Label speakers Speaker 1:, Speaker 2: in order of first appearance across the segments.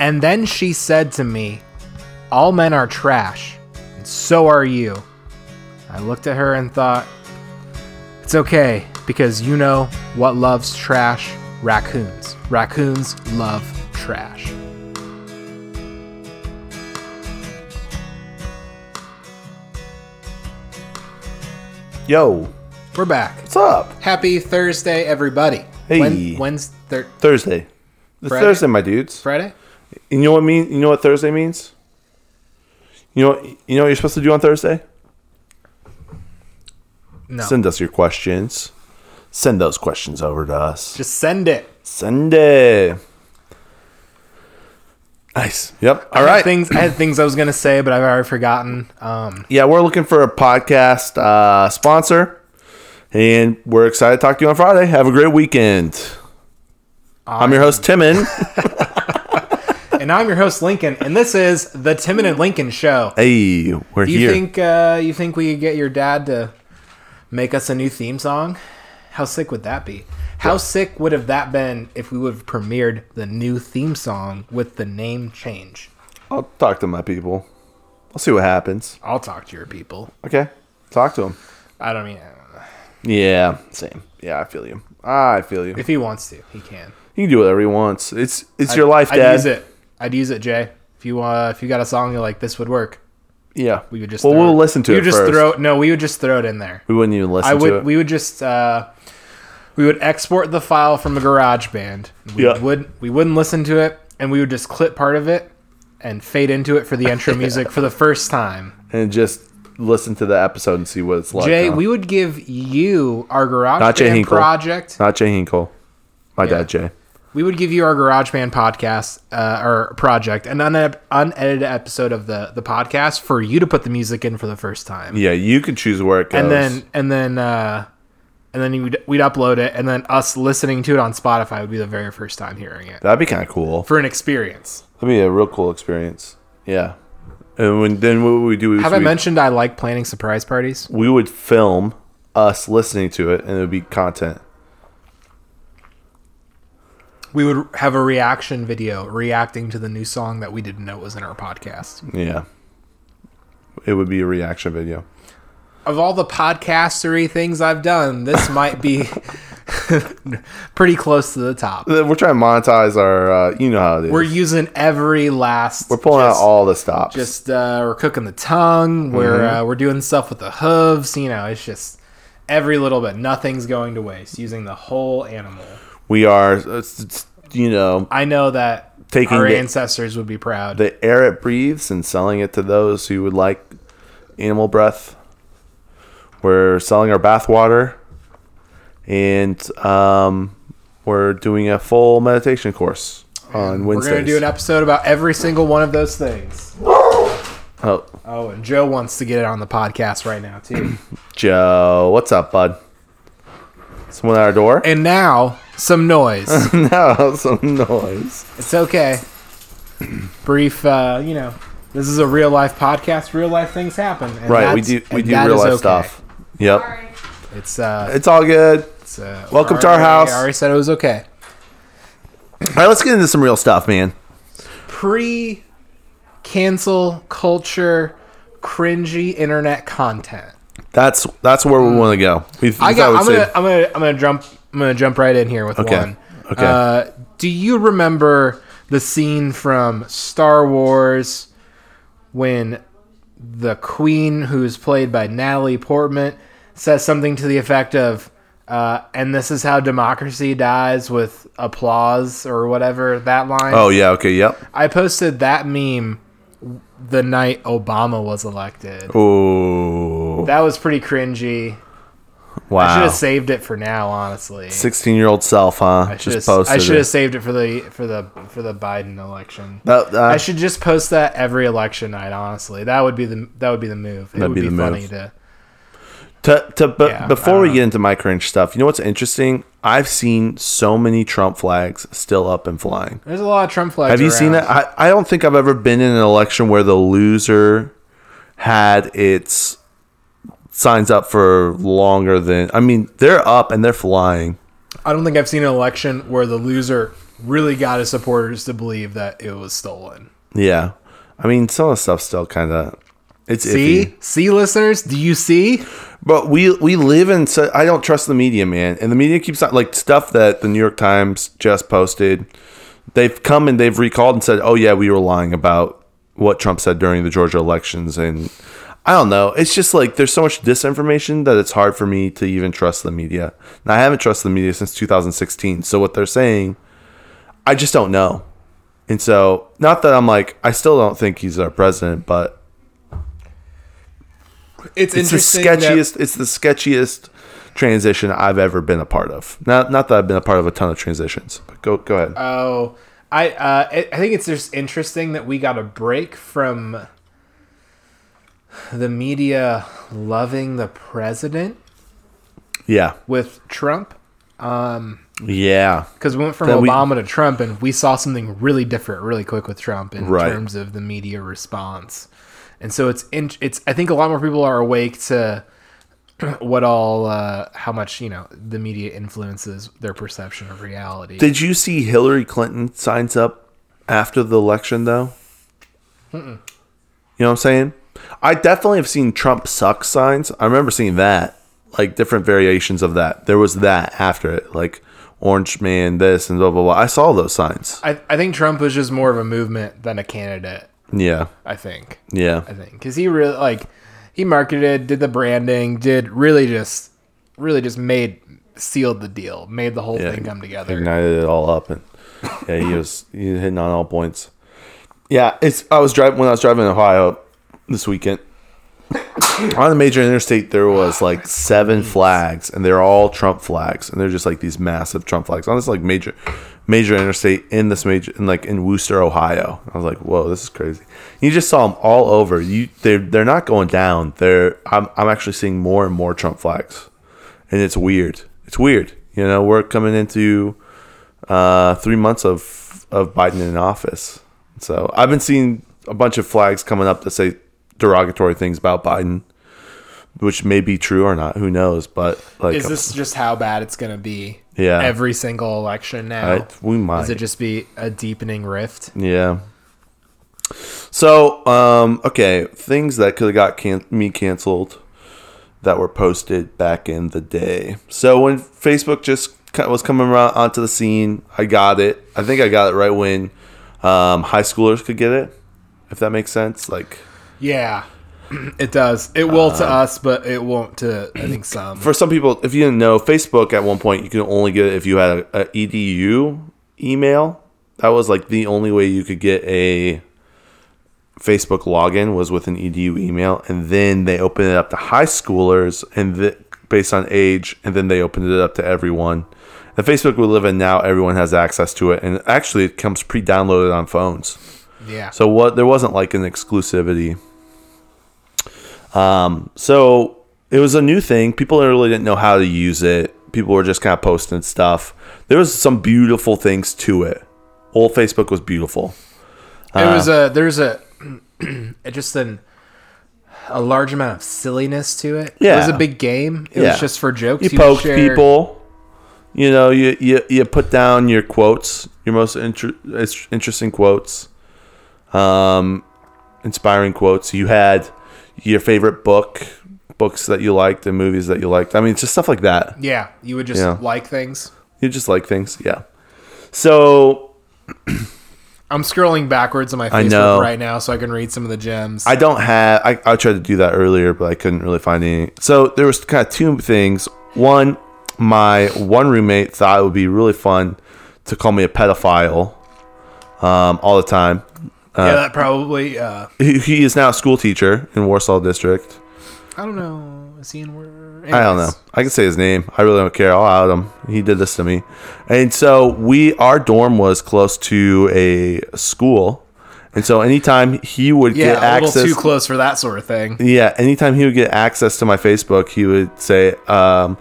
Speaker 1: And then she said to me, All men are trash, and so are you. I looked at her and thought, It's okay, because you know what loves trash? Raccoons. Raccoons love trash.
Speaker 2: Yo,
Speaker 1: We're back.
Speaker 2: what's up?
Speaker 1: Happy Thursday, everybody.
Speaker 2: Hey.
Speaker 1: When, when's thir-
Speaker 2: Thursday. It's
Speaker 1: Friday.
Speaker 2: Thursday, my dudes.
Speaker 1: Friday?
Speaker 2: You know what mean? You know what Thursday means? You know what, you know what you're supposed to do on Thursday?
Speaker 1: No.
Speaker 2: Send us your questions. Send those questions over to us.
Speaker 1: Just send it.
Speaker 2: Sunday. Nice. Yep. All right.
Speaker 1: Things I had things I was gonna say, but I've already forgotten. Um,
Speaker 2: yeah, we're looking for a podcast uh, sponsor, and we're excited to talk to you on Friday. Have a great weekend. I'm your host Timon.
Speaker 1: and I'm your host Lincoln, and this is the Timon and Lincoln Show.
Speaker 2: hey, we're
Speaker 1: You
Speaker 2: here.
Speaker 1: think uh, you think we could get your dad to make us a new theme song? How sick would that be? How sick would have that been if we would have premiered the new theme song with the name change?
Speaker 2: I'll talk to my people. I'll see what happens.
Speaker 1: I'll talk to your people.
Speaker 2: Okay, talk to them.
Speaker 1: I don't mean
Speaker 2: Yeah, same. Yeah, I feel you. I feel you.
Speaker 1: if he wants to, he can.
Speaker 2: He can do whatever he wants. It's it's your life,
Speaker 1: I'd
Speaker 2: Dad.
Speaker 1: use it. I'd use it, Jay. If you uh, if you got a song you're like this would work,
Speaker 2: Yeah,
Speaker 1: we would just
Speaker 2: well,
Speaker 1: throw
Speaker 2: we'll
Speaker 1: it-
Speaker 2: listen to
Speaker 1: we
Speaker 2: it
Speaker 1: would just
Speaker 2: first.
Speaker 1: throw no, we would just throw it in there.
Speaker 2: we wouldn't even listen
Speaker 1: I
Speaker 2: to
Speaker 1: would.
Speaker 2: it.
Speaker 1: We would just. Uh, we would export the file from a garage band. We
Speaker 2: Yeah.
Speaker 1: would. We wouldn't listen to it, and we would just clip part of it and fade into it for the intro music for the first time.
Speaker 2: and just listen to the episode and see what it's like.
Speaker 1: Jay,
Speaker 2: huh?
Speaker 1: we would give you our garage
Speaker 2: Not Jay
Speaker 1: band
Speaker 2: Hinkle.
Speaker 1: project.
Speaker 2: not Jay Hinkle, my
Speaker 1: Yeah.
Speaker 2: dad Jay.
Speaker 1: We would give you our garage band podcast uh, or project, an une- unedited episode of the the podcast for you to put the music in for the first time.
Speaker 2: Yeah, you could choose where it goes.
Speaker 1: and then and then uh and then we'd, we'd upload it and then us listening to it on spotify would be the very first time hearing it
Speaker 2: that'd be kind of cool.
Speaker 1: for an experience
Speaker 2: That'd be a real cool experience. Yeah, and when, then what would we do? Is
Speaker 1: have
Speaker 2: we,
Speaker 1: i mentioned i like planning surprise parties
Speaker 2: we would film us listening to it, and it would be content.
Speaker 1: we would have a reaction video reacting to the new song that we didn't know was in our podcast
Speaker 2: Yeah, it would be a reaction video.
Speaker 1: of all the podcastery things i've done this might be pretty close to the top
Speaker 2: Th- We're trying to monetize our. Uh, you know how it is.
Speaker 1: we're using every last
Speaker 2: We're pulling
Speaker 1: just-
Speaker 2: out all the stops.
Speaker 1: just uh, we're cooking the tongue. We're
Speaker 2: Mm-hmm.
Speaker 1: uh, we're doing stuff with the hooves. You know, it's just every little bit. Nothing's going to waste. Using the whole animal.
Speaker 2: we are, uh, s- s- you know,
Speaker 1: I know that
Speaker 2: Taking
Speaker 1: our
Speaker 2: the-
Speaker 1: ancestors would be proud.
Speaker 2: the air it breathes and selling it to those who would like animal breath. We're selling our bath water, and um, we're doing a full meditation course on
Speaker 1: we're
Speaker 2: Wednesdays.
Speaker 1: going to do an episode about every single one of those things.
Speaker 2: oh,
Speaker 1: Oh, and Joe wants to get it on the podcast right now too.
Speaker 2: Joe, what's up, bud? Someone at our door?
Speaker 1: and now some noise.
Speaker 2: no, some noise.
Speaker 1: it's okay. Brief, uh, you know, this is a real life podcast. Real life things happen. and
Speaker 2: Right, we
Speaker 1: that's-
Speaker 2: do we
Speaker 1: and
Speaker 2: do
Speaker 1: that
Speaker 2: real
Speaker 1: is
Speaker 2: life
Speaker 1: okay.
Speaker 2: stuff. Yep,
Speaker 1: It's uh,
Speaker 2: it's all good.
Speaker 1: It's, uh,
Speaker 2: Welcome to our
Speaker 1: I already-
Speaker 2: house.
Speaker 1: I already said it was okay.
Speaker 2: All right, let's get into some real stuff, man.
Speaker 1: Pre cancel culture, cringy internet content.
Speaker 2: That's that's where we want to go. We,
Speaker 1: Mm. I
Speaker 2: we
Speaker 1: got.
Speaker 2: thought
Speaker 1: I'm
Speaker 2: we'd
Speaker 1: gonna.
Speaker 2: say-
Speaker 1: I'm gonna. I'm gonna jump. I'm gonna jump right in here with
Speaker 2: Okay.
Speaker 1: one.
Speaker 2: Okay.
Speaker 1: Uh, do you remember the scene from Star Wars when the Queen, who is played by Natalie Portman, says something to the effect of, uh, "And this is how democracy dies with applause or whatever." That line.
Speaker 2: Oh yeah. Okay. Yep.
Speaker 1: I posted that meme the night Obama was elected.
Speaker 2: Oh
Speaker 1: That was pretty cringy. I should
Speaker 2: wow.
Speaker 1: have saved it for now, honestly.
Speaker 2: Sixteen-year-old self, huh?
Speaker 1: I should
Speaker 2: Just
Speaker 1: have
Speaker 2: posted.
Speaker 1: I should have
Speaker 2: it.
Speaker 1: saved it for the for the for the Biden election.
Speaker 2: That- uh, that-
Speaker 1: I should just post that every election night, honestly. That would be the that would be the move. It
Speaker 2: That'd
Speaker 1: would
Speaker 2: be
Speaker 1: be,
Speaker 2: the
Speaker 1: funny
Speaker 2: move.
Speaker 1: to
Speaker 2: to, to, but
Speaker 1: Yeah,
Speaker 2: before
Speaker 1: I
Speaker 2: we
Speaker 1: don't
Speaker 2: get into my cringe stuff, you know what's interesting? I've seen so many Trump flags still up and flying.
Speaker 1: There's a lot of Trump flags.
Speaker 2: Have you seen
Speaker 1: around.
Speaker 2: that? I, I don't think I've ever been in an election where the loser had its signs up for longer than. I mean, they're up and they're flying.
Speaker 1: I don't think I've seen an election where the loser really got his supporters to believe that it was stolen.
Speaker 2: Yeah. I mean, some of the stuff still kind of it's
Speaker 1: See,
Speaker 2: iffy.
Speaker 1: see, listeners, do you see?
Speaker 2: But we we live in so I don't trust the media, man. And the media keeps on like stuff that the New York Times just posted. They've come and they've recalled and said, "Oh yeah, we were lying about what Trump said during the Georgia elections." And I don't know. It's just like there's so much disinformation that it's hard for me to even trust the media. And I haven't trusted the media since 2016. So what they're saying, I just don't know. And so, not that I'm like I still don't think he's our president, but
Speaker 1: It's,
Speaker 2: it's the
Speaker 1: interesting. that-
Speaker 2: sketchiest. It's the sketchiest transition I've ever been a part of. Not not that I've been a part of a ton of transitions. But go go ahead.
Speaker 1: Oh, I uh, I I think it's just interesting that we got a break from the media loving the president
Speaker 2: yeah,
Speaker 1: with Trump
Speaker 2: yeah,
Speaker 1: because we went from
Speaker 2: That we-
Speaker 1: Obama to Trump and we saw something really different really quick with Trump in
Speaker 2: Right.
Speaker 1: terms of the media response. And so it's in, it's I think a lot more people are awake to what all uh, how much you know the media influences their perception of reality.
Speaker 2: Did you see Hillary Clinton signs up after the election though? You know what I'm saying? I definitely have seen Trump sucks signs. I remember seeing that, like different variations of that. There was that after it, like Orange Man, this and blah blah blah. I saw those signs.
Speaker 1: I, I think Trump was just more of a movement than a candidate.
Speaker 2: Yeah,
Speaker 1: I think.
Speaker 2: yeah.
Speaker 1: I think because he really like he marketed, did the branding, did really just really just made sealed the deal, made the whole
Speaker 2: Yeah,
Speaker 1: thing come together.
Speaker 2: ignited it all up and yeah he was he was hitting on all points yeah it's i was driving when i was driving in ohio this weekend on the major interstate there was like seven flags and they're all trump flags and they're just like these massive trump flags on this like major major interstate in this major in like in wooster ohio i was like whoa this is crazy you just saw them all over you they're they're not going down they're i'm, I'm actually seeing more and more trump flags and it's weird it's weird you know we're coming into uh, three months of of Biden in office. So I've been seeing a bunch of flags coming up that say derogatory things about Biden, which may be true or not. Who knows? But like,
Speaker 1: Is this just how bad it's gonna be?
Speaker 2: Yeah.
Speaker 1: Every single election now.
Speaker 2: I- we might.
Speaker 1: Does it just be a deepening rift?
Speaker 2: yeah. So um, okay, things that could have got can- me canceled that were posted back in the day. So when Facebook just ki- was coming around onto the scene, I got it. I think I got it right when um, high schoolers could get it, if that makes sense. Like.
Speaker 1: Yeah. It does. It will to us, but it won't to I think some.
Speaker 2: Uh, for some people, if you didn't know, Facebook at one point you could only get it if you had a, a edu email. That was like the only way you could get a Facebook login was with an edu email, and then they opened it up to high schoolers and th- based on age, and then they opened it up to everyone. The Facebook we live in now, everyone has access to it, and actually it comes pre-downloaded on phones.
Speaker 1: yeah.
Speaker 2: So what there wasn't like an exclusivity. Um, so it was a new thing. People really didn't know how to use it. People were just kind of posting stuff. There was some beautiful things to it. Old Facebook was beautiful.
Speaker 1: it
Speaker 2: uh,
Speaker 1: was a there's a just an a large amount of silliness to it. It was
Speaker 2: Yeah.
Speaker 1: a big game. It
Speaker 2: Yeah.
Speaker 1: was just for jokes.
Speaker 2: You
Speaker 1: would
Speaker 2: poked
Speaker 1: share-
Speaker 2: people. You know, you, you you put down your quotes, your most inter- is- interesting quotes, um, inspiring quotes. You had your favorite book, books that you liked, and movies that you liked. I mean, just stuff like that.
Speaker 1: Yeah, you would just
Speaker 2: Yeah.
Speaker 1: like things.
Speaker 2: You just like things, yeah. So
Speaker 1: I'm scrolling backwards on my
Speaker 2: I
Speaker 1: Facebook
Speaker 2: know.
Speaker 1: right now so I can read some of the gems.
Speaker 2: I don't have. I, I tried to do that earlier, but I couldn't really find any. So there was kind of two things. One, my one roommate thought it would be really fun to call me a pedophile um, all the time.
Speaker 1: yeah, that probably. Uh,
Speaker 2: He, he is now a school teacher in Warsaw District.
Speaker 1: I don't know. Is he in word?
Speaker 2: I don't know. I can say his name. I really don't care. I'll out him. He did this to me. And so we, our dorm was close to a school. And so anytime he would
Speaker 1: Yeah,
Speaker 2: get
Speaker 1: a little
Speaker 2: access,
Speaker 1: too close for that sort of thing.
Speaker 2: Yeah, anytime he would get access to my Facebook, he would say, um,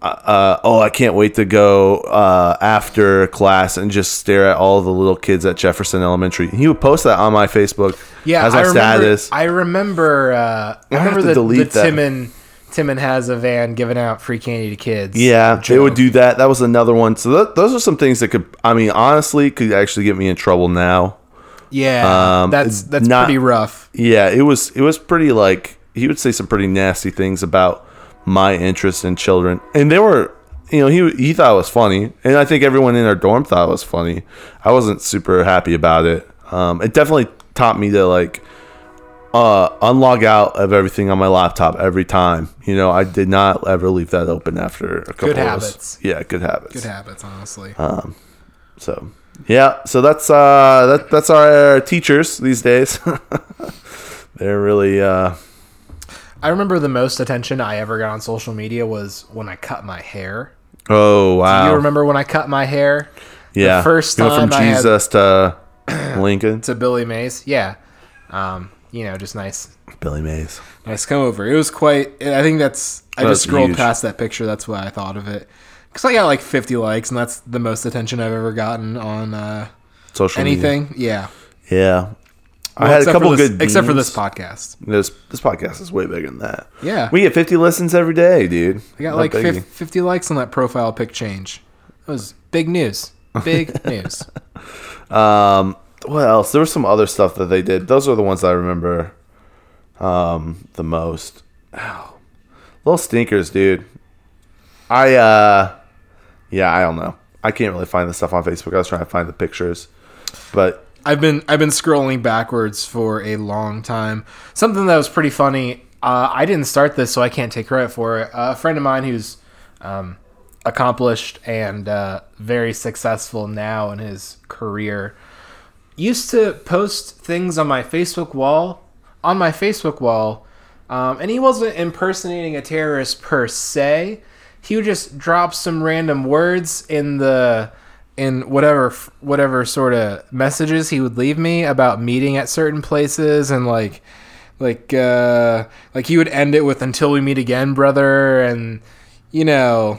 Speaker 2: uh, "Oh, I can't wait to go uh, after class and just stare at all the little kids at Jefferson Elementary." He would post that on my Facebook
Speaker 1: Yeah,
Speaker 2: as my
Speaker 1: I remember.
Speaker 2: status.
Speaker 1: I remember. Uh, I
Speaker 2: have
Speaker 1: remember
Speaker 2: to
Speaker 1: the, the
Speaker 2: delete that.
Speaker 1: Timon Timon has a van giving out free candy to kids.
Speaker 2: Yeah, they would
Speaker 1: joke.
Speaker 2: do that. That was another one. So th- those are some things that could, I mean, honestly, could actually get me in trouble now.
Speaker 1: Yeah,
Speaker 2: Um,
Speaker 1: that's that's
Speaker 2: not-
Speaker 1: pretty rough.
Speaker 2: Yeah, it was it was pretty like he would say some pretty nasty things about my interest in children, and they were, you know, he he thought it was funny, and I think everyone in our dorm thought it was funny. I wasn't super happy about it. Um, it definitely taught me to like uh, unlog out of everything on my laptop every time. You know, I did not ever leave that open after a couple. of those.
Speaker 1: habits.
Speaker 2: Yeah, good habits.
Speaker 1: Good habits, honestly.
Speaker 2: Uh, So yeah, so that's uh that that's our teachers these days. They're really uh
Speaker 1: I remember the most attention I ever got on social media was when I cut my hair.
Speaker 2: oh wow.
Speaker 1: You remember when I cut my hair
Speaker 2: yeah.
Speaker 1: first
Speaker 2: You went
Speaker 1: time
Speaker 2: from
Speaker 1: I had-
Speaker 2: Jesus to Lincoln
Speaker 1: to Billy Mays? Yeah. Um, you know, just nice,
Speaker 2: Billy Mays.
Speaker 1: nice come over. It was quite. I think that's. I
Speaker 2: That's
Speaker 1: just scrolled
Speaker 2: huge.
Speaker 1: past that picture. That's why I thought of it. Because I got like 50 likes, and that's the most attention I've ever gotten on uh,
Speaker 2: Social media.
Speaker 1: anything. Yeah.
Speaker 2: Yeah. I
Speaker 1: Well,
Speaker 2: had a
Speaker 1: except
Speaker 2: couple
Speaker 1: for this,
Speaker 2: good
Speaker 1: Except for
Speaker 2: memes.
Speaker 1: this podcast.
Speaker 2: This this podcast is way bigger than that.
Speaker 1: Yeah.
Speaker 2: We get 50 listens every day, dude.
Speaker 1: I got
Speaker 2: No
Speaker 1: like
Speaker 2: biggie.
Speaker 1: 50, 50 likes on that profile pic change. That was big news. Big news.
Speaker 2: Um, what else? There was some other stuff that they did. Those are the ones I remember um, the most. Ow. Little stinkers, dude. I, uh, yeah, I don't know. I can't really find the stuff on Facebook. I was trying to find the pictures, but
Speaker 1: I've been I've been scrolling backwards for a long time. Something that was pretty funny. Uh, I didn't start this, so I can't take credit for it. Uh, a friend of mine who's um, accomplished and uh, very successful now in his career used to post things on my Facebook wall. On my Facebook wall, um, and he wasn't impersonating a terrorist per se. He would just drop some random words in the in whatever whatever sort of messages he would leave me about meeting at certain places and like like uh like he would end it with until we meet again brother and you know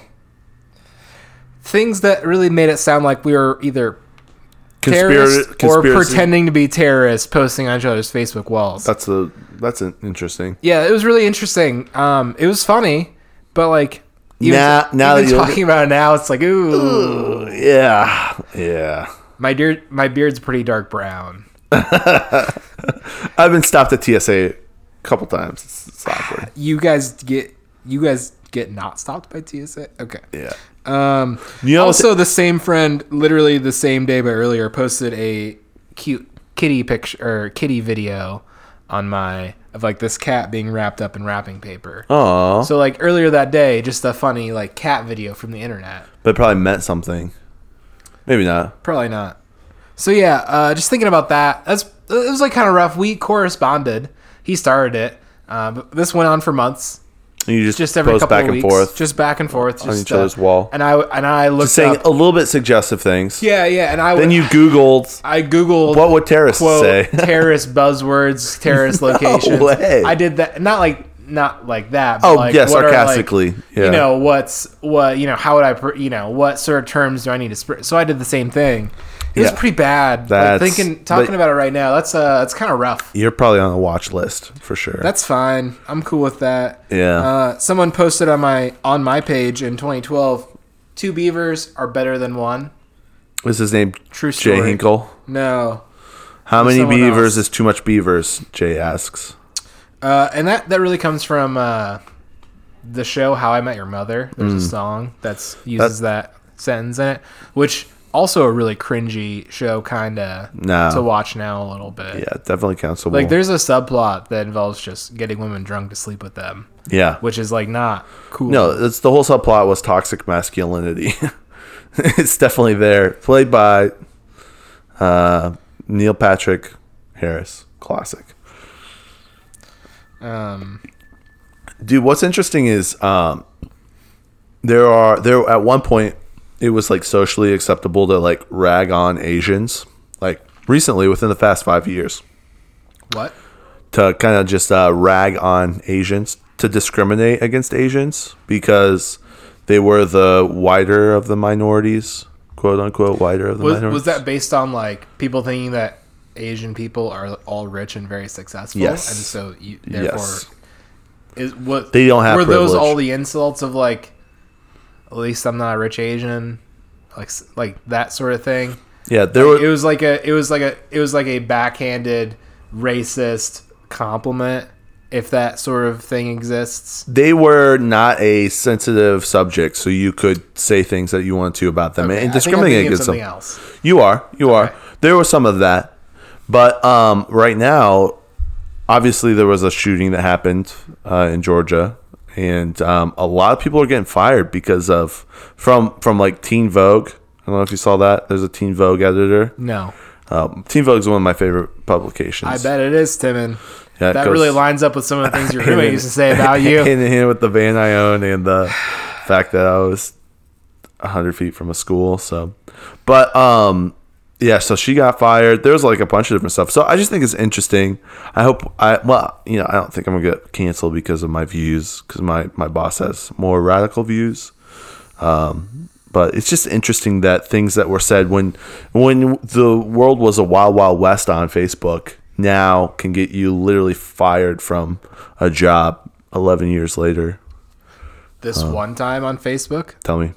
Speaker 1: things that really made it sound like we were either terrorists
Speaker 2: Conspira-
Speaker 1: or
Speaker 2: conspiracy-
Speaker 1: pretending to be terrorists posting on each other's Facebook walls.
Speaker 2: That's a that's an interesting.
Speaker 1: yeah, it was really interesting. Um, it was funny, but like even,
Speaker 2: Nah, now that
Speaker 1: even
Speaker 2: you look
Speaker 1: talking about it now, it's like ooh,
Speaker 2: Yeah, yeah.
Speaker 1: my beard my beard's pretty dark brown.
Speaker 2: I've been stopped at TSA a couple times. It's, it's awkward.
Speaker 1: You guys get you guys get not stopped by TSA. Okay.
Speaker 2: Yeah.
Speaker 1: Um,
Speaker 2: You know,
Speaker 1: also, the same friend, literally the same day but earlier, posted a cute kitty picture or kitty video on my of like this cat being wrapped up in wrapping paper.
Speaker 2: oh,
Speaker 1: So like earlier that day, just a funny like cat video from the internet.
Speaker 2: but it probably meant something. Maybe not.
Speaker 1: Probably not. So yeah, uh, just thinking about that. That's it was like kind of rough. We corresponded. He started it. Uh, but this went on for months.
Speaker 2: You just
Speaker 1: Just every
Speaker 2: post
Speaker 1: couple
Speaker 2: back
Speaker 1: of
Speaker 2: and
Speaker 1: weeks,
Speaker 2: forth.
Speaker 1: just back and forth, just
Speaker 2: each other's wall.
Speaker 1: And I and I looked
Speaker 2: saying
Speaker 1: up.
Speaker 2: a little bit suggestive things.
Speaker 1: Yeah, yeah. And I
Speaker 2: Then you Googled
Speaker 1: I googled
Speaker 2: what would terrorists
Speaker 1: quote
Speaker 2: say.
Speaker 1: terrorist buzzwords, terrorist locations.
Speaker 2: way.
Speaker 1: I did that. Not like not like that. But
Speaker 2: oh
Speaker 1: like,
Speaker 2: yeah,
Speaker 1: what are, like,
Speaker 2: sarcastically. yeah.
Speaker 1: you know what's what you know how would i pr- you know what sort of terms do i need to spread so i did the same thing it was
Speaker 2: Yeah.
Speaker 1: pretty bad like
Speaker 2: That's-
Speaker 1: thinking talking
Speaker 2: but-
Speaker 1: about it right now that's uh that's kind of rough
Speaker 2: You're probably on the watch list for sure.
Speaker 1: that's fine i'm cool with that
Speaker 2: Yeah.
Speaker 1: uh someone posted on my on my page in 2012 two beavers are better than one
Speaker 2: What's his name?
Speaker 1: True
Speaker 2: Jay
Speaker 1: story.
Speaker 2: Hinkle.
Speaker 1: no
Speaker 2: How many
Speaker 1: someone
Speaker 2: beavers
Speaker 1: else.
Speaker 2: is too much beavers? Jay asks.
Speaker 1: uh and that that really comes from uh the show how i met your mother there's
Speaker 2: Mm-hmm.
Speaker 1: a song that's uses that sentence in it which also a really cringy show kind of
Speaker 2: No.
Speaker 1: to watch now a little bit.
Speaker 2: Yeah, definitely cancelable.
Speaker 1: Like there's a subplot that involves just getting women drunk to sleep with them,
Speaker 2: yeah.
Speaker 1: which is like not cool.
Speaker 2: No, it's the whole subplot was toxic masculinity. it's definitely there. Played by uh, Neil Patrick Harris. Classic.
Speaker 1: Um,
Speaker 2: dude what's interesting is um there are there at one point it was like socially acceptable to like rag on asians like recently within the past five years
Speaker 1: what?
Speaker 2: to kind of just uh, rag on asians to discriminate against asians because they were the wider of the minorities quote unquote wider of the
Speaker 1: Was,
Speaker 2: minorities
Speaker 1: was that based on like people thinking that Asian people are all rich and very successful,
Speaker 2: Yes.
Speaker 1: and so you, therefore
Speaker 2: Yes.
Speaker 1: Is what
Speaker 2: They don't have
Speaker 1: Were those
Speaker 2: privilege.
Speaker 1: all the insults of like? At least I'm not a rich Asian, like s- like that sort of thing.
Speaker 2: Yeah, there
Speaker 1: It
Speaker 2: were.
Speaker 1: was like a it was like a it was like a backhanded racist compliment, if that sort of thing exists.
Speaker 2: They were not a sensitive subject, so you could say things that you wanted to about them
Speaker 1: I think
Speaker 2: and
Speaker 1: I'm
Speaker 2: discriminate
Speaker 1: thinking of
Speaker 2: against them.
Speaker 1: something else.
Speaker 2: You are, you are.
Speaker 1: Okay.
Speaker 2: There was some of that, but um, right now, obviously, there was a shooting that happened uh, in Georgia, and um, a lot of people are getting fired because of from from like Teen Vogue. I don't know if you saw that. There's a Teen Vogue editor.
Speaker 1: No,
Speaker 2: Um, Teen Vogue is one of my favorite publications.
Speaker 1: I bet it is Timon.
Speaker 2: Yeah, it
Speaker 1: that
Speaker 2: goes-
Speaker 1: really lines up with some of the things your
Speaker 2: hand
Speaker 1: roommate
Speaker 2: in-
Speaker 1: used to say about you.
Speaker 2: Hand in hand with the van I own and the fact that I was 100 feet from a school. So, but um, yeah, so she got fired. There's like a bunch of different stuff. So I just think it's interesting. I hope I, well, you know, I don't think I'm going to get canceled because of my views because my, my boss has more radical views. Um, but it's just interesting that things that were said when when the world was a wild wild west on Facebook now can get you literally fired from a job 11 years later.
Speaker 1: This one time on Facebook,
Speaker 2: Tell me.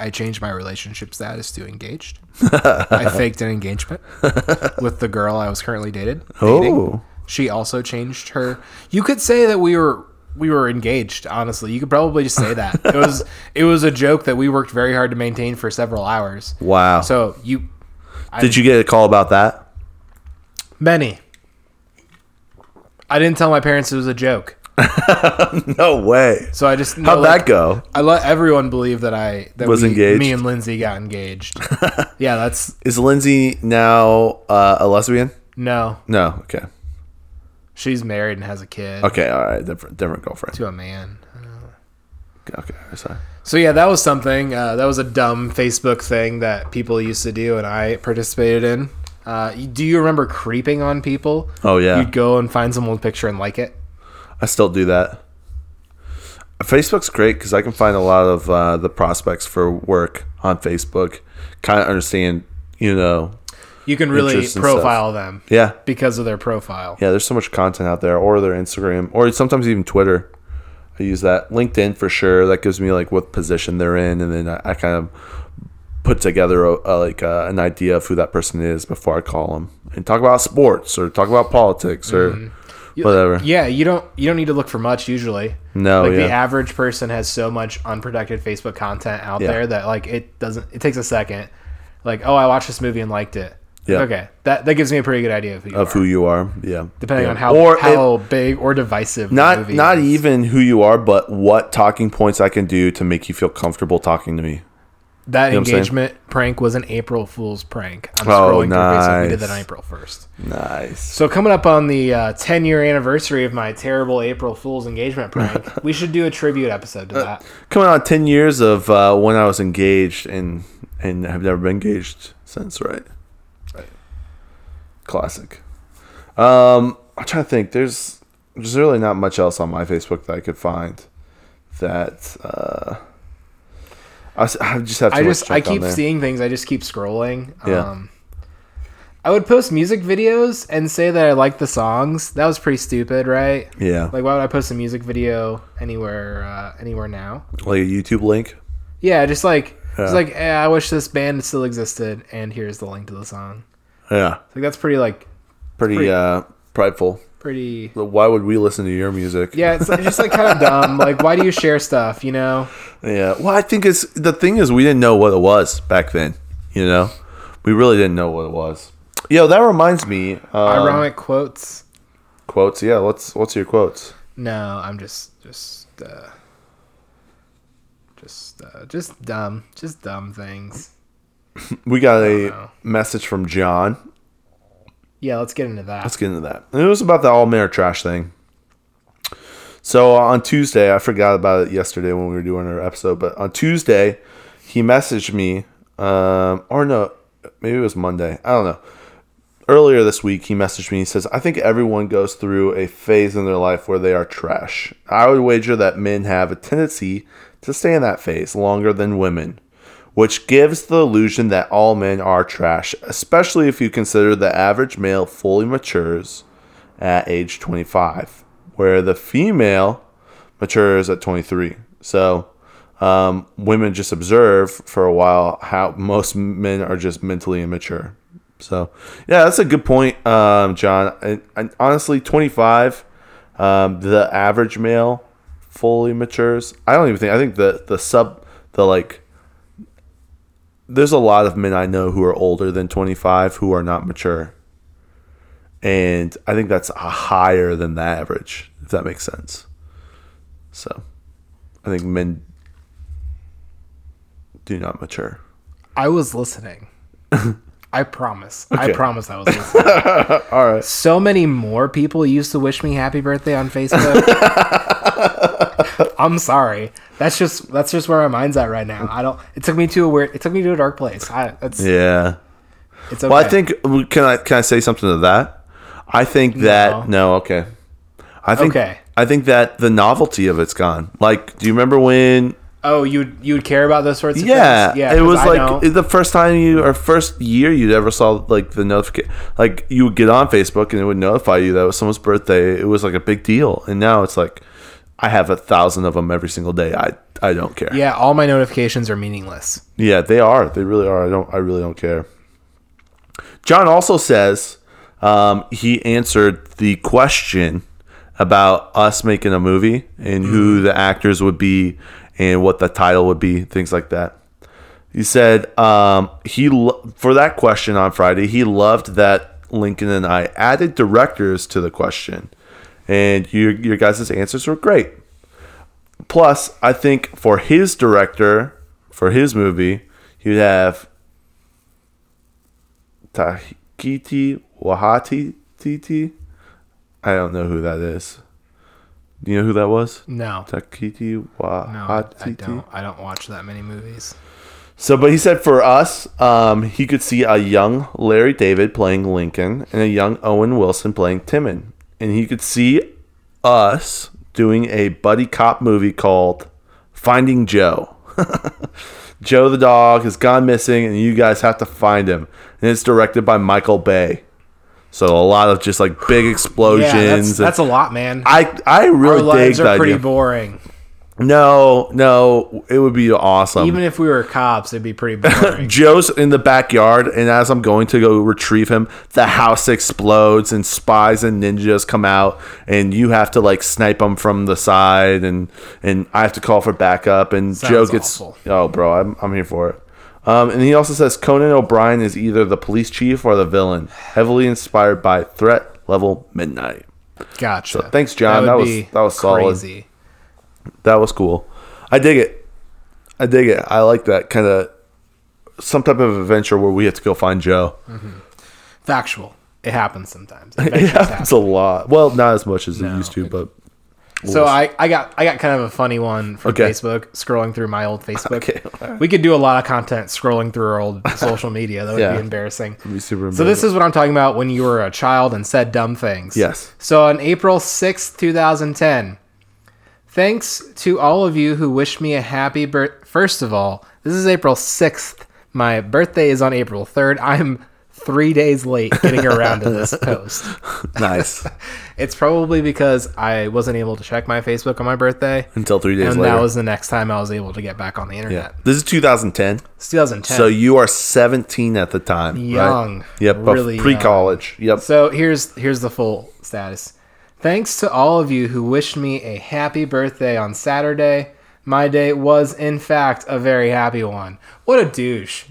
Speaker 1: I changed my relationship status to engaged. I faked an engagement with the girl I was currently dated. dating.
Speaker 2: Oh.
Speaker 1: She also changed her. You could say that we were we were engaged, honestly. You could probably just say that. It was it was a joke that we worked very hard to maintain for several hours.
Speaker 2: Wow.
Speaker 1: So you
Speaker 2: Did you get a call about that?
Speaker 1: many. I didn't tell my parents it was a joke.
Speaker 2: No way.
Speaker 1: So I just know,
Speaker 2: How'd
Speaker 1: like,
Speaker 2: that go?
Speaker 1: I let everyone believe that I that
Speaker 2: Was
Speaker 1: we-
Speaker 2: engaged?
Speaker 1: Me and Lindsay got engaged. yeah, that's
Speaker 2: Is Lindsay now uh, a lesbian?
Speaker 1: no.
Speaker 2: No. Okay.
Speaker 1: She's married and has a kid
Speaker 2: Okay. All right. Different, different girlfriend.
Speaker 1: to a man.
Speaker 2: Okay. Sorry.
Speaker 1: So yeah, that was something. Uh, that was a dumb Facebook thing that people used to do, and I participated in. Uh, you- do you remember creeping on people?
Speaker 2: Oh, yeah.
Speaker 1: You'd go and find someone's picture and like it.
Speaker 2: I still do that. Facebook's great because I can find a lot of uh, the prospects for work on Facebook. Kind of understand, you know.
Speaker 1: You can really
Speaker 2: Interest and
Speaker 1: profile them
Speaker 2: Yeah.
Speaker 1: because of their profile.
Speaker 2: Yeah. There's so much content out there, or their Instagram, or sometimes even Twitter. I use that. LinkedIn for sure. That gives me like what position they're in. And then I, I kind of put together a, a, like uh, an idea of who that person is before I call them and talk about sports or talk about politics or whatever.
Speaker 1: Yeah, Mm-hmm. you don't you don't need to look for much usually.
Speaker 2: No,
Speaker 1: like the
Speaker 2: Oh, yeah.
Speaker 1: average person has so much unprotected Facebook content out
Speaker 2: Yeah.
Speaker 1: there that like it doesn't it takes a second. Like, oh, I watched this movie and liked it.
Speaker 2: Yeah.
Speaker 1: Okay. That that gives me a pretty good idea of who you
Speaker 2: Of
Speaker 1: are.
Speaker 2: who you are. Yeah.
Speaker 1: depending
Speaker 2: Yeah.
Speaker 1: on how
Speaker 2: Or it-
Speaker 1: how big or divisive the
Speaker 2: not
Speaker 1: movie
Speaker 2: not e-,
Speaker 1: is.
Speaker 2: even who you are, but what talking points I can do to make you feel comfortable talking to me.
Speaker 1: that
Speaker 2: know what I'm saying?
Speaker 1: engagement prank was an April Fool's prank. I'm
Speaker 2: Oh,
Speaker 1: scrolling through Facebook. We did
Speaker 2: nice.
Speaker 1: that on April first.
Speaker 2: Nice.
Speaker 1: So coming up on the uh, 10 year anniversary of my terrible April Fool's engagement prank, we should do a tribute episode to
Speaker 2: Uh,
Speaker 1: that.
Speaker 2: Coming on ten years of uh, when I was engaged and and have never been engaged since, right? Right. Classic. Um, I'm trying to think. There's there's really not much else on my Facebook that I could find that uh, I, s- I just have. Too
Speaker 1: I
Speaker 2: much
Speaker 1: just I
Speaker 2: junk on
Speaker 1: keep
Speaker 2: there.
Speaker 1: seeing things. I just keep scrolling.
Speaker 2: Yeah.
Speaker 1: Um, I would post music videos and say that I like the songs. That was pretty stupid, right?
Speaker 2: Yeah, like,
Speaker 1: Like, why would I post a music video anywhere uh, anywhere now?
Speaker 2: a YouTube link.
Speaker 1: Yeah, just like it's
Speaker 2: Yeah.
Speaker 1: like eh, I wish this band still existed, and here's the link to the song.
Speaker 2: Yeah,
Speaker 1: Like that's pretty like
Speaker 2: pretty,
Speaker 1: Pretty-
Speaker 2: uh, prideful.
Speaker 1: pretty.
Speaker 2: But why would we listen to your music?
Speaker 1: Yeah, it's it's just like kind of dumb. Like, why do you share stuff? You know?
Speaker 2: Yeah. Well, I think it's the thing is we didn't know what it was back then. You know, we really didn't know what it was. Yo, that reminds me. Um,
Speaker 1: Ironic quotes.
Speaker 2: quotes. Yeah. What's what's your quotes?
Speaker 1: No, I'm just just uh just uh just dumb. Just dumb things.
Speaker 2: We got
Speaker 1: know.
Speaker 2: a message from John.
Speaker 1: Yeah, let's get into that.
Speaker 2: Let's get into that. And it was about the all mare trash thing. So uh, on Tuesday, I forgot about it yesterday when we were doing our episode, but on Tuesday, he messaged me, um, or no, maybe it was Monday. I don't know. Earlier this week, he messaged me. He says, I think everyone goes through a phase in their life where they are trash. I would wager that men have a tendency to stay in that phase longer than women, which gives the illusion that all men are trash, especially if you consider the average male fully matures at age 25 where the female matures at 23. So um, women just observe for a while how most men are just mentally immature. So yeah, that's a good point, um, John. And, and honestly, 25, um, the average male fully matures. I don't even think. I think the the sub the like. There's a lot of men I know who are older than 25 who are not mature. And I think that's higher than the average, if that makes sense. So I think men do not mature.
Speaker 1: I was listening. I promise. I
Speaker 2: Okay.
Speaker 1: promise I was listening.
Speaker 2: All right.
Speaker 1: so many more people used to wish me happy birthday on Facebook. I'm sorry. That's just that's just where my mind's at right now. I don't. It took me to a weird. It took me to a dark place. I, that's
Speaker 2: Yeah.
Speaker 1: it's okay.
Speaker 2: Well, I think can I can I say something to that? I think that no, okay. I think
Speaker 1: Okay.
Speaker 2: I think that the novelty of it's gone. Like, do you remember when?
Speaker 1: Oh, you you'd care about those sorts of
Speaker 2: Yeah,
Speaker 1: things. Yeah,
Speaker 2: it
Speaker 1: 'cause
Speaker 2: was
Speaker 1: I
Speaker 2: like
Speaker 1: know.
Speaker 2: the first time you or first year you ever saw like the notification. Like you would get on Facebook and it would notify you that it was someone's birthday. It was like a big deal, and now it's like I have a thousand of them every single day. I I don't care.
Speaker 1: yeah. All my notifications are meaningless.
Speaker 2: Yeah, they are. They really are. I don't. I really don't care. John also says um, he answered the question about us making a movie and who the actors would be and what the title would be, things like that. He said um, he lo- for that question on Friday. He loved that Lincoln and I added directors to the question, and your your guys' answers were great. Plus, I think for his director, for his movie, you'd have Tahiti Wahati Titi. I don't know who that is. Do you know who that was?
Speaker 1: No,
Speaker 2: Tahiti
Speaker 1: no,
Speaker 2: Wahati
Speaker 1: I don't. I don't watch that many movies.
Speaker 2: so, but he said for us, um, he could see a young Larry David playing Lincoln and a young Owen Wilson playing Timon. And he could see us doing a buddy cop movie called Finding Joe. Joe the dog has gone missing and you guys have to find him. And it's directed by Michael Bay. So a lot of just like big explosions.
Speaker 1: Yeah, that's,
Speaker 2: and-
Speaker 1: that's a lot, man.
Speaker 2: I I
Speaker 1: Our
Speaker 2: really dig
Speaker 1: lives
Speaker 2: that
Speaker 1: are pretty
Speaker 2: idea.
Speaker 1: boring.
Speaker 2: no, no, it would be awesome.
Speaker 1: Even if we were cops, it'd be pretty boring.
Speaker 2: Joe's in the backyard, and as I'm going to go retrieve him, the house explodes, and spies and ninjas come out, and you have to like snipe them from the side, and and I have to call for backup, and Joe gets
Speaker 1: awful.
Speaker 2: oh, bro, I'm I'm here for it. Um, and he also says Conan O'Brien is either the police chief or the villain, heavily inspired by Threat Level Midnight.
Speaker 1: Gotcha.
Speaker 2: thanks, John.
Speaker 1: would
Speaker 2: That was-
Speaker 1: be
Speaker 2: that was solid.
Speaker 1: Crazy.
Speaker 2: That was cool. I dig it. I dig it. I like that kind of some type of adventure where we have to go find Joe.
Speaker 1: Factual. It happens sometimes.
Speaker 2: It
Speaker 1: Adventures happen.
Speaker 2: happens a lot. Well, not as much as it used to, but
Speaker 1: So I, I got I got kind of a funny one from
Speaker 2: Okay.
Speaker 1: Facebook. Scrolling through my old Facebook,
Speaker 2: Okay.
Speaker 1: we could do a lot of content scrolling through our old social media. That would
Speaker 2: Yeah.
Speaker 1: be embarrassing.
Speaker 2: be super
Speaker 1: So this is what I'm talking about when you were a child and said dumb things.
Speaker 2: Yes.
Speaker 1: So on April sixth, two 2010, thanks to all of you who wished me a happy birth. First of all, this is April 6th. My birthday is on April 3rd. I'm three days late getting around to this post.
Speaker 2: nice.
Speaker 1: It's probably because I wasn't able to check my Facebook on my birthday.
Speaker 2: Until three days
Speaker 1: And
Speaker 2: later.
Speaker 1: that was the next time I was able to get back on the
Speaker 2: yeah.
Speaker 1: internet.
Speaker 2: This is 2010.
Speaker 1: It's 2010.
Speaker 2: So you are 17 at the time. right?
Speaker 1: Young.
Speaker 2: Yep.
Speaker 1: Really young.
Speaker 2: Pre college. Yep.
Speaker 1: So here's here's the full status. Thanks to all of you who wished me a happy birthday on Saturday. My day was in fact a very happy one. What a douche.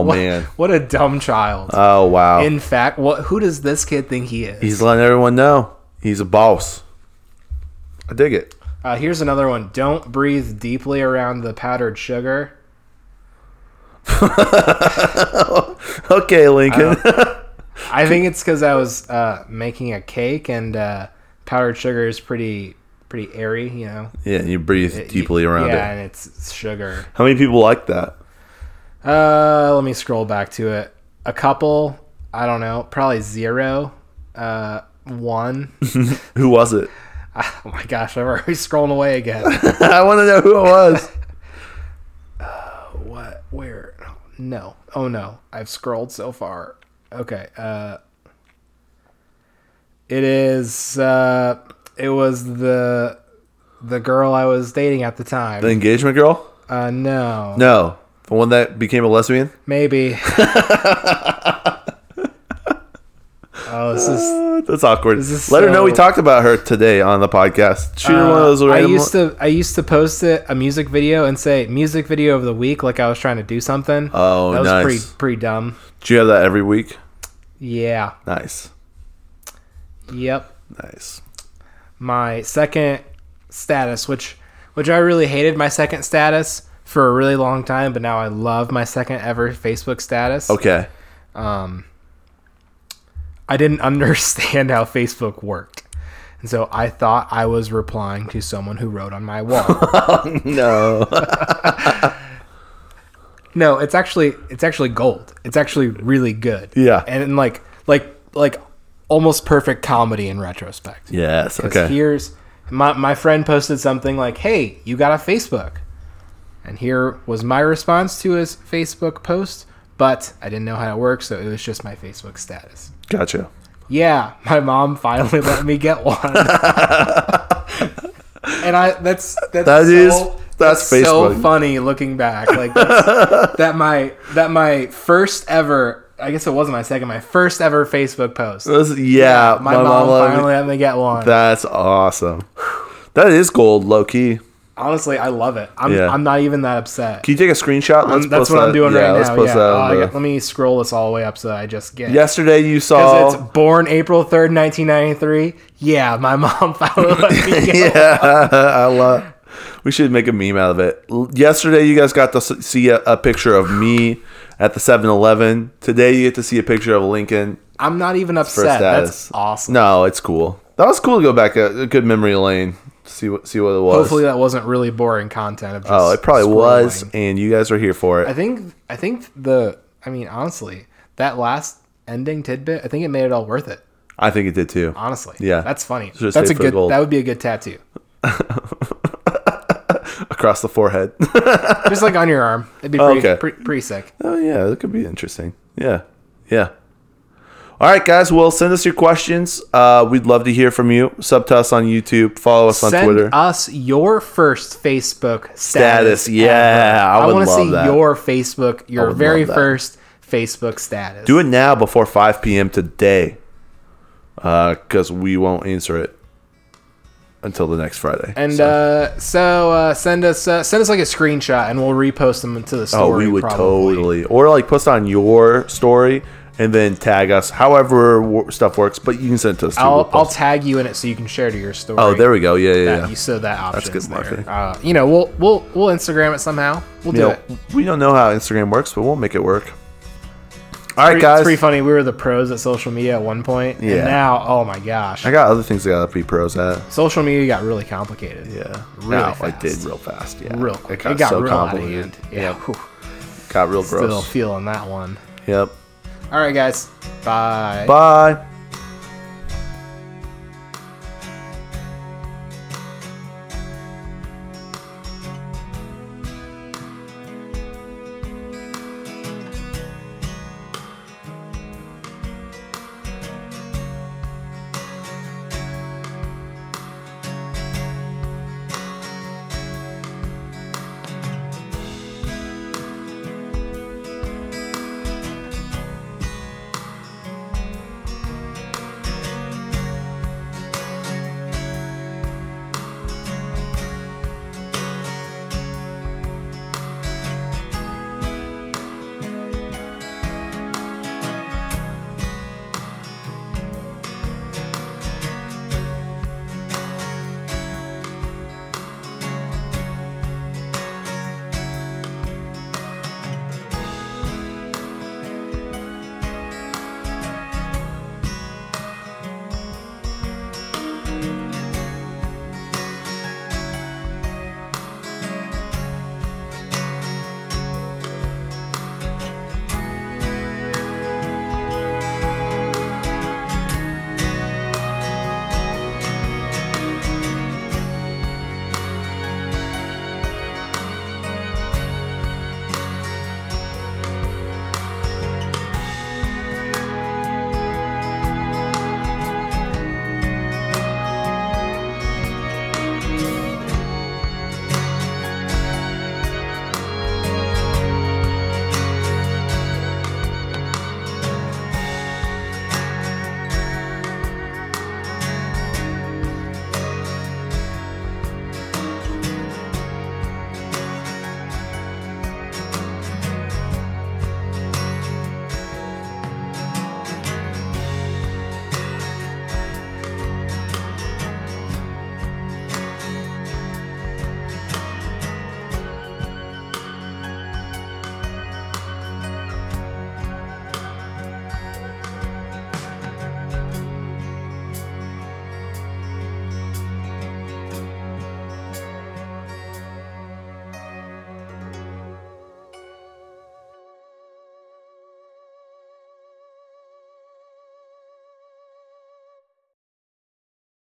Speaker 1: What,
Speaker 2: man.
Speaker 1: what a dumb child.
Speaker 2: Oh, wow.
Speaker 1: in fact, what who does this kid think he is?
Speaker 2: He's letting everyone know he's a boss. I dig it.
Speaker 1: Uh, here's another one. Don't breathe deeply around the powdered sugar.
Speaker 2: Okay, Lincoln.
Speaker 1: I think it's because I was uh, making a cake and uh, powdered sugar is pretty pretty airy, you know.
Speaker 2: yeah, you breathe deeply around
Speaker 1: yeah,
Speaker 2: it.
Speaker 1: and it's sugar.
Speaker 2: How many people like that?
Speaker 1: Uh, let me scroll back to it. A couple, I don't know, probably zero, uh, one.
Speaker 2: Who was it?
Speaker 1: oh my gosh, I'm already scrolling away again.
Speaker 2: I want to know who it was.
Speaker 1: what? Where? No. Oh no, I've scrolled so far. Okay. Uh, it is. Uh, It was the the girl I was dating at the time.
Speaker 2: The engagement girl?
Speaker 1: uh, no.
Speaker 2: No. The one that became a lesbian?
Speaker 1: Maybe. oh, this is.
Speaker 2: Uh, that's awkward.
Speaker 1: This is
Speaker 2: Let her know we
Speaker 1: so-
Speaker 2: talked about her today on the podcast. Shoot her one of those
Speaker 1: Uh, I
Speaker 2: random.
Speaker 1: used to I used to post it, a music video and say music video of the week like I was trying to do something.
Speaker 2: Oh,
Speaker 1: that was
Speaker 2: nice.
Speaker 1: pretty pretty dumb.
Speaker 2: Do you have that every week?
Speaker 1: Yeah.
Speaker 2: Nice.
Speaker 1: Yep.
Speaker 2: Nice.
Speaker 1: my second status, which which I really hated my second status for a really long time, but now I love my second ever Facebook status.
Speaker 2: Okay.
Speaker 1: Um, I didn't understand how Facebook worked. And so I thought I was replying to someone who wrote on my wall.
Speaker 2: Oh, no.
Speaker 1: no, it's actually it's actually gold. It's actually really good.
Speaker 2: Yeah.
Speaker 1: And like like like almost perfect comedy in retrospect.
Speaker 2: yes.
Speaker 1: 'Cause
Speaker 2: Okay.
Speaker 1: Here's my my friend posted something like, "Hey, you got a Facebook," and here was my response to his Facebook post. But I didn't know how it worked, so it was just my Facebook status.
Speaker 2: Gotcha.
Speaker 1: Yeah, my mom finally let me get one, and I that's that's
Speaker 2: That
Speaker 1: so,
Speaker 2: is- that's
Speaker 1: so
Speaker 2: Facebook.
Speaker 1: funny looking back. Like that's, that my that my first ever. I guess it wasn't my second, my first ever Facebook post.
Speaker 2: This- yeah,
Speaker 1: my, mom, finally let me get one.
Speaker 2: That's awesome. That is gold, low key.
Speaker 1: Honestly, I love it. I'm,
Speaker 2: Yeah.
Speaker 1: I'm not even that upset.
Speaker 2: Can you take a screenshot? Let's
Speaker 1: That's
Speaker 2: post
Speaker 1: what
Speaker 2: that.
Speaker 1: I'm doing
Speaker 2: yeah,
Speaker 1: right
Speaker 2: Let's
Speaker 1: now.
Speaker 2: post
Speaker 1: yeah.
Speaker 2: that
Speaker 1: Oh,
Speaker 2: on
Speaker 1: I
Speaker 2: the-
Speaker 1: get- let me scroll this all the way up so I just get.
Speaker 2: Yesterday you
Speaker 1: Because
Speaker 2: saw.
Speaker 1: it's born April 3rd, 1993. Yeah, my mom finally let me get one.
Speaker 2: yeah, I love. We should make a meme out of it. L- Yesterday you guys got to s- see a, a picture of me at the 7-Eleven. Today you get to see a picture of Lincoln.
Speaker 1: I'm not even
Speaker 2: for
Speaker 1: upset.
Speaker 2: status.
Speaker 1: That's awesome.
Speaker 2: No, it's cool. That was cool to go back a, a good memory lane. See what see what it was.
Speaker 1: Hopefully that wasn't really boring content. Of just
Speaker 2: oh, it probably was,
Speaker 1: scrolling.
Speaker 2: and you guys are here for it.
Speaker 1: I think I think the I mean honestly that last ending tidbit I think it made it all worth it.
Speaker 2: I think it did too.
Speaker 1: Honestly,
Speaker 2: Yeah.
Speaker 1: that's funny. that's
Speaker 2: Just say
Speaker 1: a
Speaker 2: for the
Speaker 1: good.
Speaker 2: gold.
Speaker 1: That would be a good tattoo,
Speaker 2: Across the forehead.
Speaker 1: just like on your arm. It'd be pretty
Speaker 2: Oh, okay.
Speaker 1: pretty, pretty sick.
Speaker 2: Oh yeah, that could be interesting. Yeah, yeah. All right, guys. Well, send us your questions. Uh, we'd love to hear from you. Sub to us on YouTube. Follow us on
Speaker 1: Send
Speaker 2: Twitter.
Speaker 1: us your first Facebook status.
Speaker 2: Status, yeah,
Speaker 1: ever.
Speaker 2: I would
Speaker 1: wanna
Speaker 2: love
Speaker 1: see
Speaker 2: that.
Speaker 1: your Facebook, your
Speaker 2: would
Speaker 1: very
Speaker 2: love that.
Speaker 1: first Facebook status.
Speaker 2: Do it now before 5 p.m. today, because we won't answer it until the next Friday.
Speaker 1: And
Speaker 2: So-
Speaker 1: uh, so uh, send us uh, send us like a screenshot, and we'll repost them to the
Speaker 2: oh,
Speaker 1: story.
Speaker 2: we would
Speaker 1: probably.
Speaker 2: totally, or like post on your story and then tag us. However, w- stuff works, but you can send it to us. Too. We'll
Speaker 1: I'll, I'll
Speaker 2: post.
Speaker 1: tag you in it so you can share to your story.
Speaker 2: oh, there we go. Yeah, yeah,
Speaker 1: That,
Speaker 2: yeah.
Speaker 1: You so that option.
Speaker 2: good marketing.
Speaker 1: Uh, you know, we'll we'll we'll Instagram it somehow. We'll do
Speaker 2: You know,
Speaker 1: it.
Speaker 2: we don't know how Instagram works, but we'll make it work. All right,
Speaker 1: Pretty-
Speaker 2: guys.
Speaker 1: It's pretty funny. We were the pros at social media at one point, and
Speaker 2: Yeah.
Speaker 1: now, oh my gosh,
Speaker 2: I got other things I gotta be pros at.
Speaker 1: social media got really complicated.
Speaker 2: Yeah,
Speaker 1: Really
Speaker 2: no, I
Speaker 1: fast.
Speaker 2: did real fast. Yeah,
Speaker 1: real quick. It got,
Speaker 2: got, so
Speaker 1: real out of
Speaker 2: complicated.
Speaker 1: hand. Yeah, whew,
Speaker 2: Got real
Speaker 1: still
Speaker 2: gross.
Speaker 1: feeling that one.
Speaker 2: Yep.
Speaker 1: All right, guys. Bye.
Speaker 2: Bye.